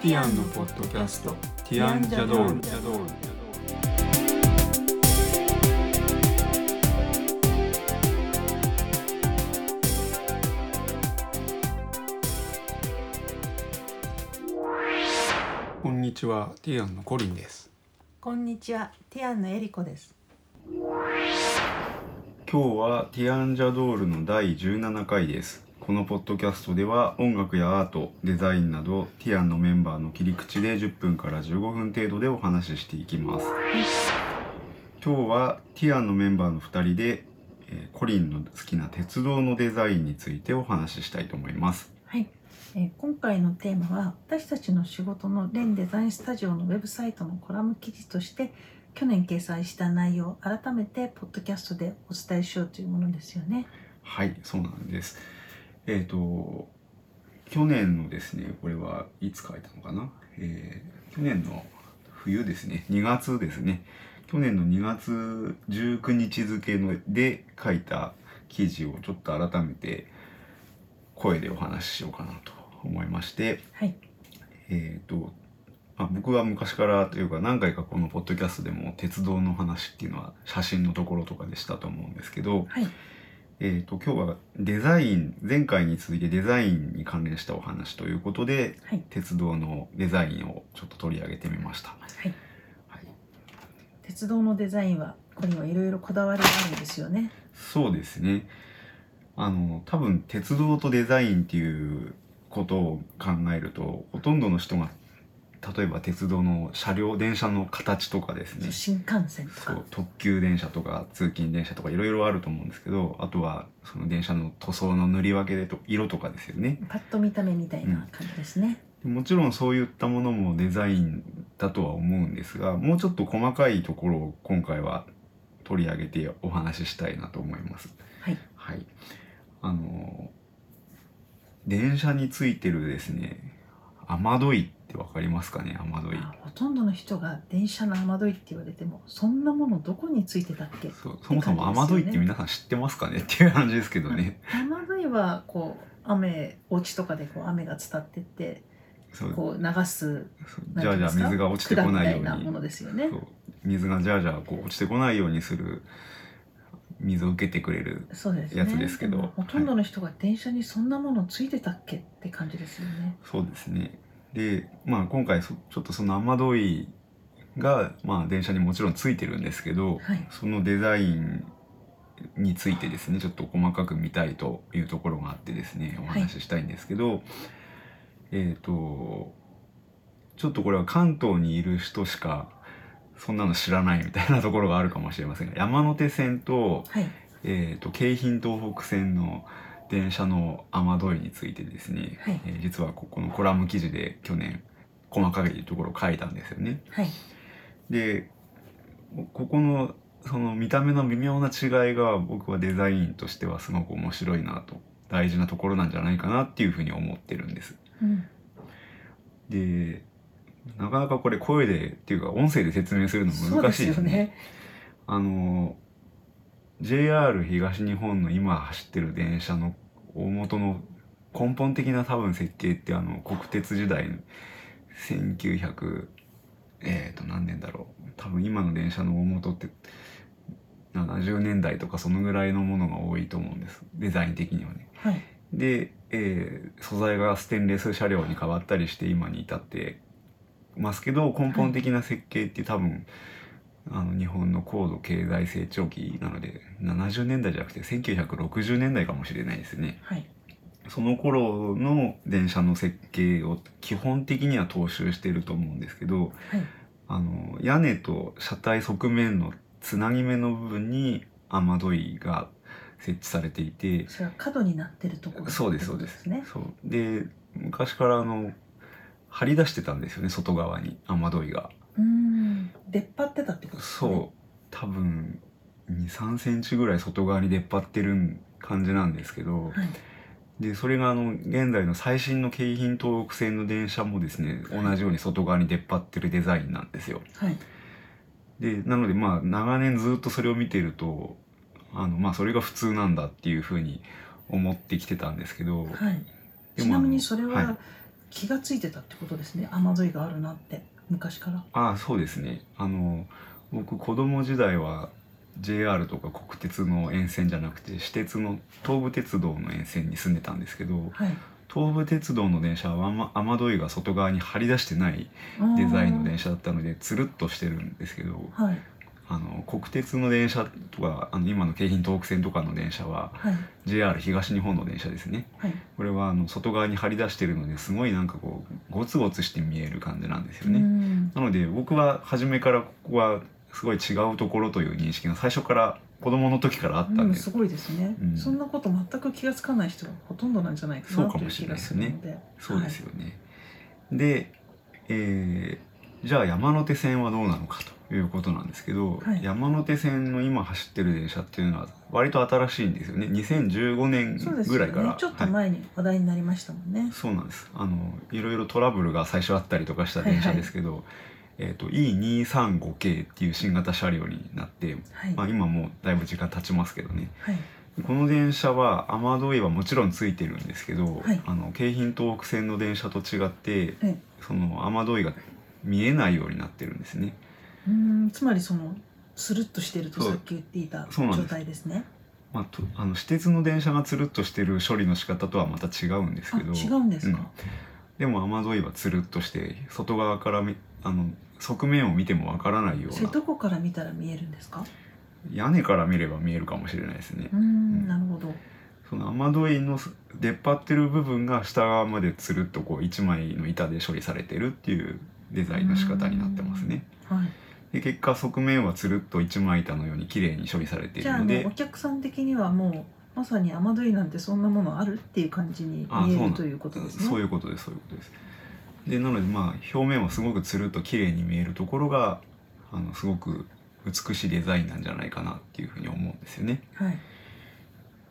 ッドキャスト「ティアンジャドール」こんにちはティアンのコリンですこんにちは、ティアンのエリコです。今日はティアンジャドールの第17回ですこのポッドキャストでは音楽やアートデザインなどティアンのメンバーの切り口で10分から15分程度でお話ししていきます今日はティアンのメンバーの2人で、えーコリンの好きな鉄道のデザインについてお話ししたいと思いますはい、えー今回のテーマは私たちの仕事のレンデザインスタジオのウェブサイトのコラム記事として去年掲載した内容を改めてポッドキャストでお伝えしようというものですよね。はいそうなんですえっ、と去年のですねこれはいつ書いたのかな、えー去年の冬ですね2月ですね去年の2月19日付ので書いた記事をちょっと改めて声でお話ししようかなと思いましてはい、えっ、と、まあ、僕は昔からというか何回かこのポッドキャストでも鉄道の話っていうのは写真のところとかでしたと思うんですけど、はい、えー、と今日はデザイン前回に続いてデザインに関連したお話ということではい、鉄道のデザインをちょっと取り上げてみました、はい。はい、鉄道のデザインはこれにはいろいろこだわりがあるんですよね。そうですねあの多分鉄道とデザインっていうことを考えるとほとんどの人が例えば鉄道の車両電車の形とかですね新幹線とそかう。特急電車とか通勤電車とかいろいろあると思うんですけどあとはその電車の塗装の塗り分けでと色とかですよねパッと見た目みたいな感じですね。もちろんそういったものもデザインだとは思うんですがもうちょっと細かいところを今回は取り上げてお話ししたいなと思います。はい、はい、あの電車についてるですね雨どいってわかりますかね雨どい。あほとんどの人が電車の雨どいって言われてもそんなものどこについてたっけそうそもそも雨どいって皆さん知ってますかねっていう感じですけど ね。雨どいはこう雨落ちとかでこう雨が伝ってってそうこう流すそうなんてじゃいあうんでじゃあすか水が落ちてこないよ管みうたいなにものですよねそう水がじゃあじゃあこう落ちてこないようにする水を受けてくれるそうですねやつですけどもほとんどの人が電車にそんなものついてたっけって感じですよねそうですねでまあ今回そちょっとその雨どいが、まあ、電車にもちろんついてるんですけどはいそのデザインについてですねちょっと細かく見たいというところがあってですねお話ししたいんですけど、えっ、とちょっとこれは関東にいる人しかそんなの知らないみたいなところがあるかもしれませんが山手線と,、はいえー、と京浜東北線の電車の雨どいについてですね、はいえー実はここのコラム記事で去年細かいところを書いたんですよね。はいでここのその見た目の微妙な違いが僕はデザインとしてはすごく面白いなと大事なところなんじゃないかなっていうふうに思ってるんです。うんでなかなかこれ声でっていうか音声で説明するのそう難でしいすよねあの JR 東日本の今走ってる電車の大元の根本的な多分設計ってあの国鉄時代の1900えー、と何年だろう多分今の電車の大元って70年代とかそのぐらいのものが多いと思うんですデザイン的にはね。はいで、えー素材がステンレス車両に変わったりして今に至ってますけど根本的な設計って多分、あの日本の高度経済成長期なので70年代じゃなくて1960年代かもしれないですね。はいその頃の電車の設計を基本的には踏襲してると思うんですけどはいあの屋根と車体側面のつなぎ目の部分に雨どいが設置されていてそれは角になってるところそうですってこそうとですねそうで昔からあの張り出してたんですよね外側に雨どいがうん出っ張ってたってことですねそう多分23センチぐらい外側に出っ張ってる感じなんですけどはいでそれがあの現在の最新の京浜東北線の電車もですね同じように外側に出っ張ってるデザインなんですよはいでなのでまあ長年ずっとそれを見てるとあのまあそれが普通なんだっていうふうに思ってきてたんですけどはいでちもなみあにのそれは、はい気がついてたってことですね雨どいがあるなって昔からああそうですねあの僕子供時代は JR とか国鉄の沿線じゃなくて私鉄の東武鉄道の沿線に住んでたんですけどはい東武鉄道の電車はあんま雨どいが外側に張り出してないデザインの電車だったのでつるっとしてるんですけどあーはいあの国鉄の電車とかあの今の京浜東北線とかの電車ははい JR 東日本の電車ですねはいこれはあの外側に張り出してるのですごいなんかこうゴツゴツして見える感じなんですよね。うんなので僕は初めからここはすごい違うところという認識が最初から子供の時からあったうんんですごいですね、うんそんなこと全く気がつかない人がほとんどなんじゃないかそうなとかいもうし気れないがですするねのでそうですよね。で、えーじゃあ山手線はどうなのかということなんですけど、はい山手線の今走ってる電車っていうのは割と新しいんですよね2015年そうですぐよらいからね。ちょっとはい前に話題になりましたもんね。そうなんですあのいろいろトラブルが最初あったりとかした電車ですけど、えー、と E235 系っていう新型車両になって、はい。まあ、今もうだいぶ時間経ちますけどねはい。この電車は雨どいはもちろんついてるんですけど、はいあの京浜東北線の電車と違ってええその雨どいが見えないようになってるんですね。うーん、つまりそのスルッとしてるとそうさっき言っていたそうなん状です態ですね。まあ、とあの私鉄の電車がつるっとしてる処理の仕方とはまた違うんですあ、けど違うんですか。でも雨どいはつるっとして外側からみあの側面を見てもわからないよそうれどなこから見たら見えるんですか。屋根から見れば見えるかもしれないですねうー。ん、なるほど。その雨どいの出っ張ってる部分が下側までつるっとこう一枚の板で処理されてるっていうデザインの仕方になってますね。はい。で結果側面はつるっと一枚板のように綺麗に処理されていじゃあるあののでお客さん的にはもうまさに雨どいなんてそんなものあるっていう感じにあ見えそうるなんということですね。そういうことですそういうことです。でなのでまあ表面はすごくつるっと綺麗に見えるところがあのすごく美しいデザインなんじゃないかなっていうふうに思うんですよね。はい。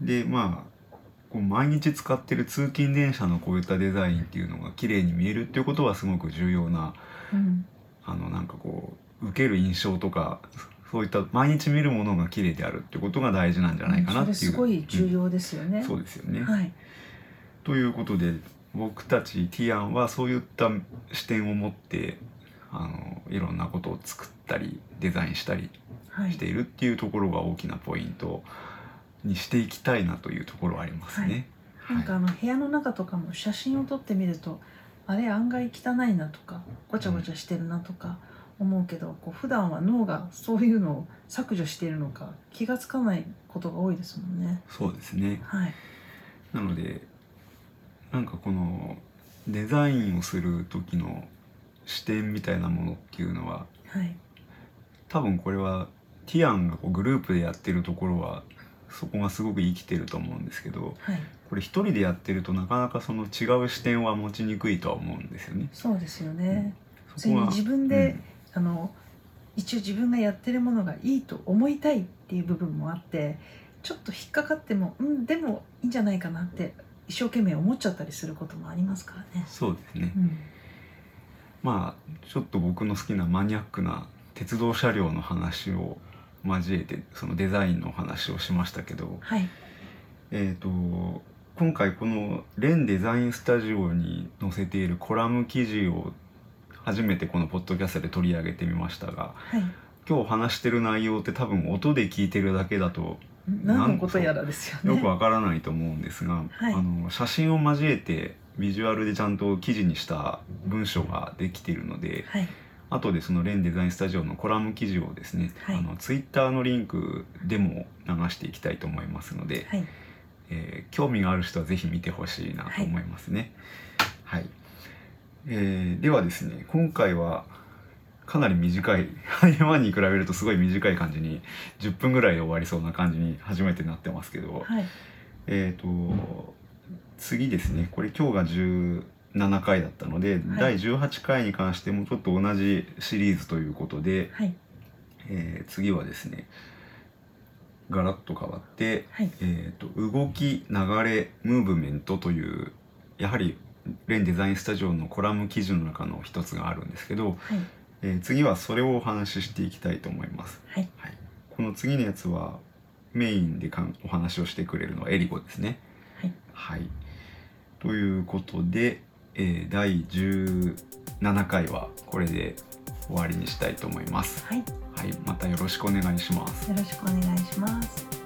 でまあこう毎日使ってる通勤電車のこういったデザインっていうのが綺麗に見えるっていうことはすごく重要なうん。あのなんかこう受ける印象とかそういった毎日見るものが綺麗であるっていうことが大事なんじゃないかなっていう。それすごい重要ですようねん。そうですよね、はい。ということで僕たちティアンはそういった視点を持ってあのいろんなことを作ったりデザインしたりはいして。いるっていうところが大きなポイントにしていきたいなというところはありますね。なんかあの部屋の中とかも写真を撮ってみるとあれ案外汚いなとかごちゃごちゃしてるなとか思うけどこう普段は脳がそういうのを削除しているのか気がつかないことが多いですもんね。そうですねはい、なのでなんかこのデザインをする時の視点みたいなものっていうのははい、多分これはティアンがこうグループでやってるところはそこがすごく生きてると思うんですけどはい、これ一人でやってるとなかなかその違う視点は持ちにくいとは思うんですよね。そうですよね。そそれこには自分で、あの一応自分がやってるものがいいと思いたいっていう部分もあってちょっと引っかかってもうんでもいいんじゃないかなって一生懸命思っちゃったりすることもありますからね。そうですね、うんまあちょっと僕の好きなマニアックな鉄道車両の話を交えてそのデザインのお話をしましたけど、はいえー、と今回この「レンデザインスタジオ」に載せているコラム記事を初めてこのポッドキャストで取り上げてみましたがはい今日話してる内容って多分音で聞いてるだけだと何のことやらですよね。よくわからないと思うんですが、はいあの写真を交えてビジュアルでちゃんと記事にした文章ができているのではい、後でその「レンデザインスタジオ」のコラム記事をですね、はいあのツイッターのリンクでも流していきたいと思いますので。はい、えー興味がある人はぜひ見てほしいなと思いますね。はい、えーではですね今回はかなり短い 今に比べるとすごい短い感じに10分ぐらいで終わりそうな感じに初めてなってますけど、はい、えー、と次ですねこれ今日が17回だったので、第18回に関してもちょっと同じシリーズということで、はい、えー次はですねガラッと変わってはい、えー、と動き流れムーブメントというやはりレンデザインスタジオのコラム記事の中の一つがあるんですけど、はい、えー次はそれをお話ししていきたいと思います、はいこの次のやつはメインでかんお話をしてくれるのはエリコですねはい、はいということでえー第17回はこれで終わりにしたいと思います。はい、よはい、またよろしくお願いします。ろしくお願いします。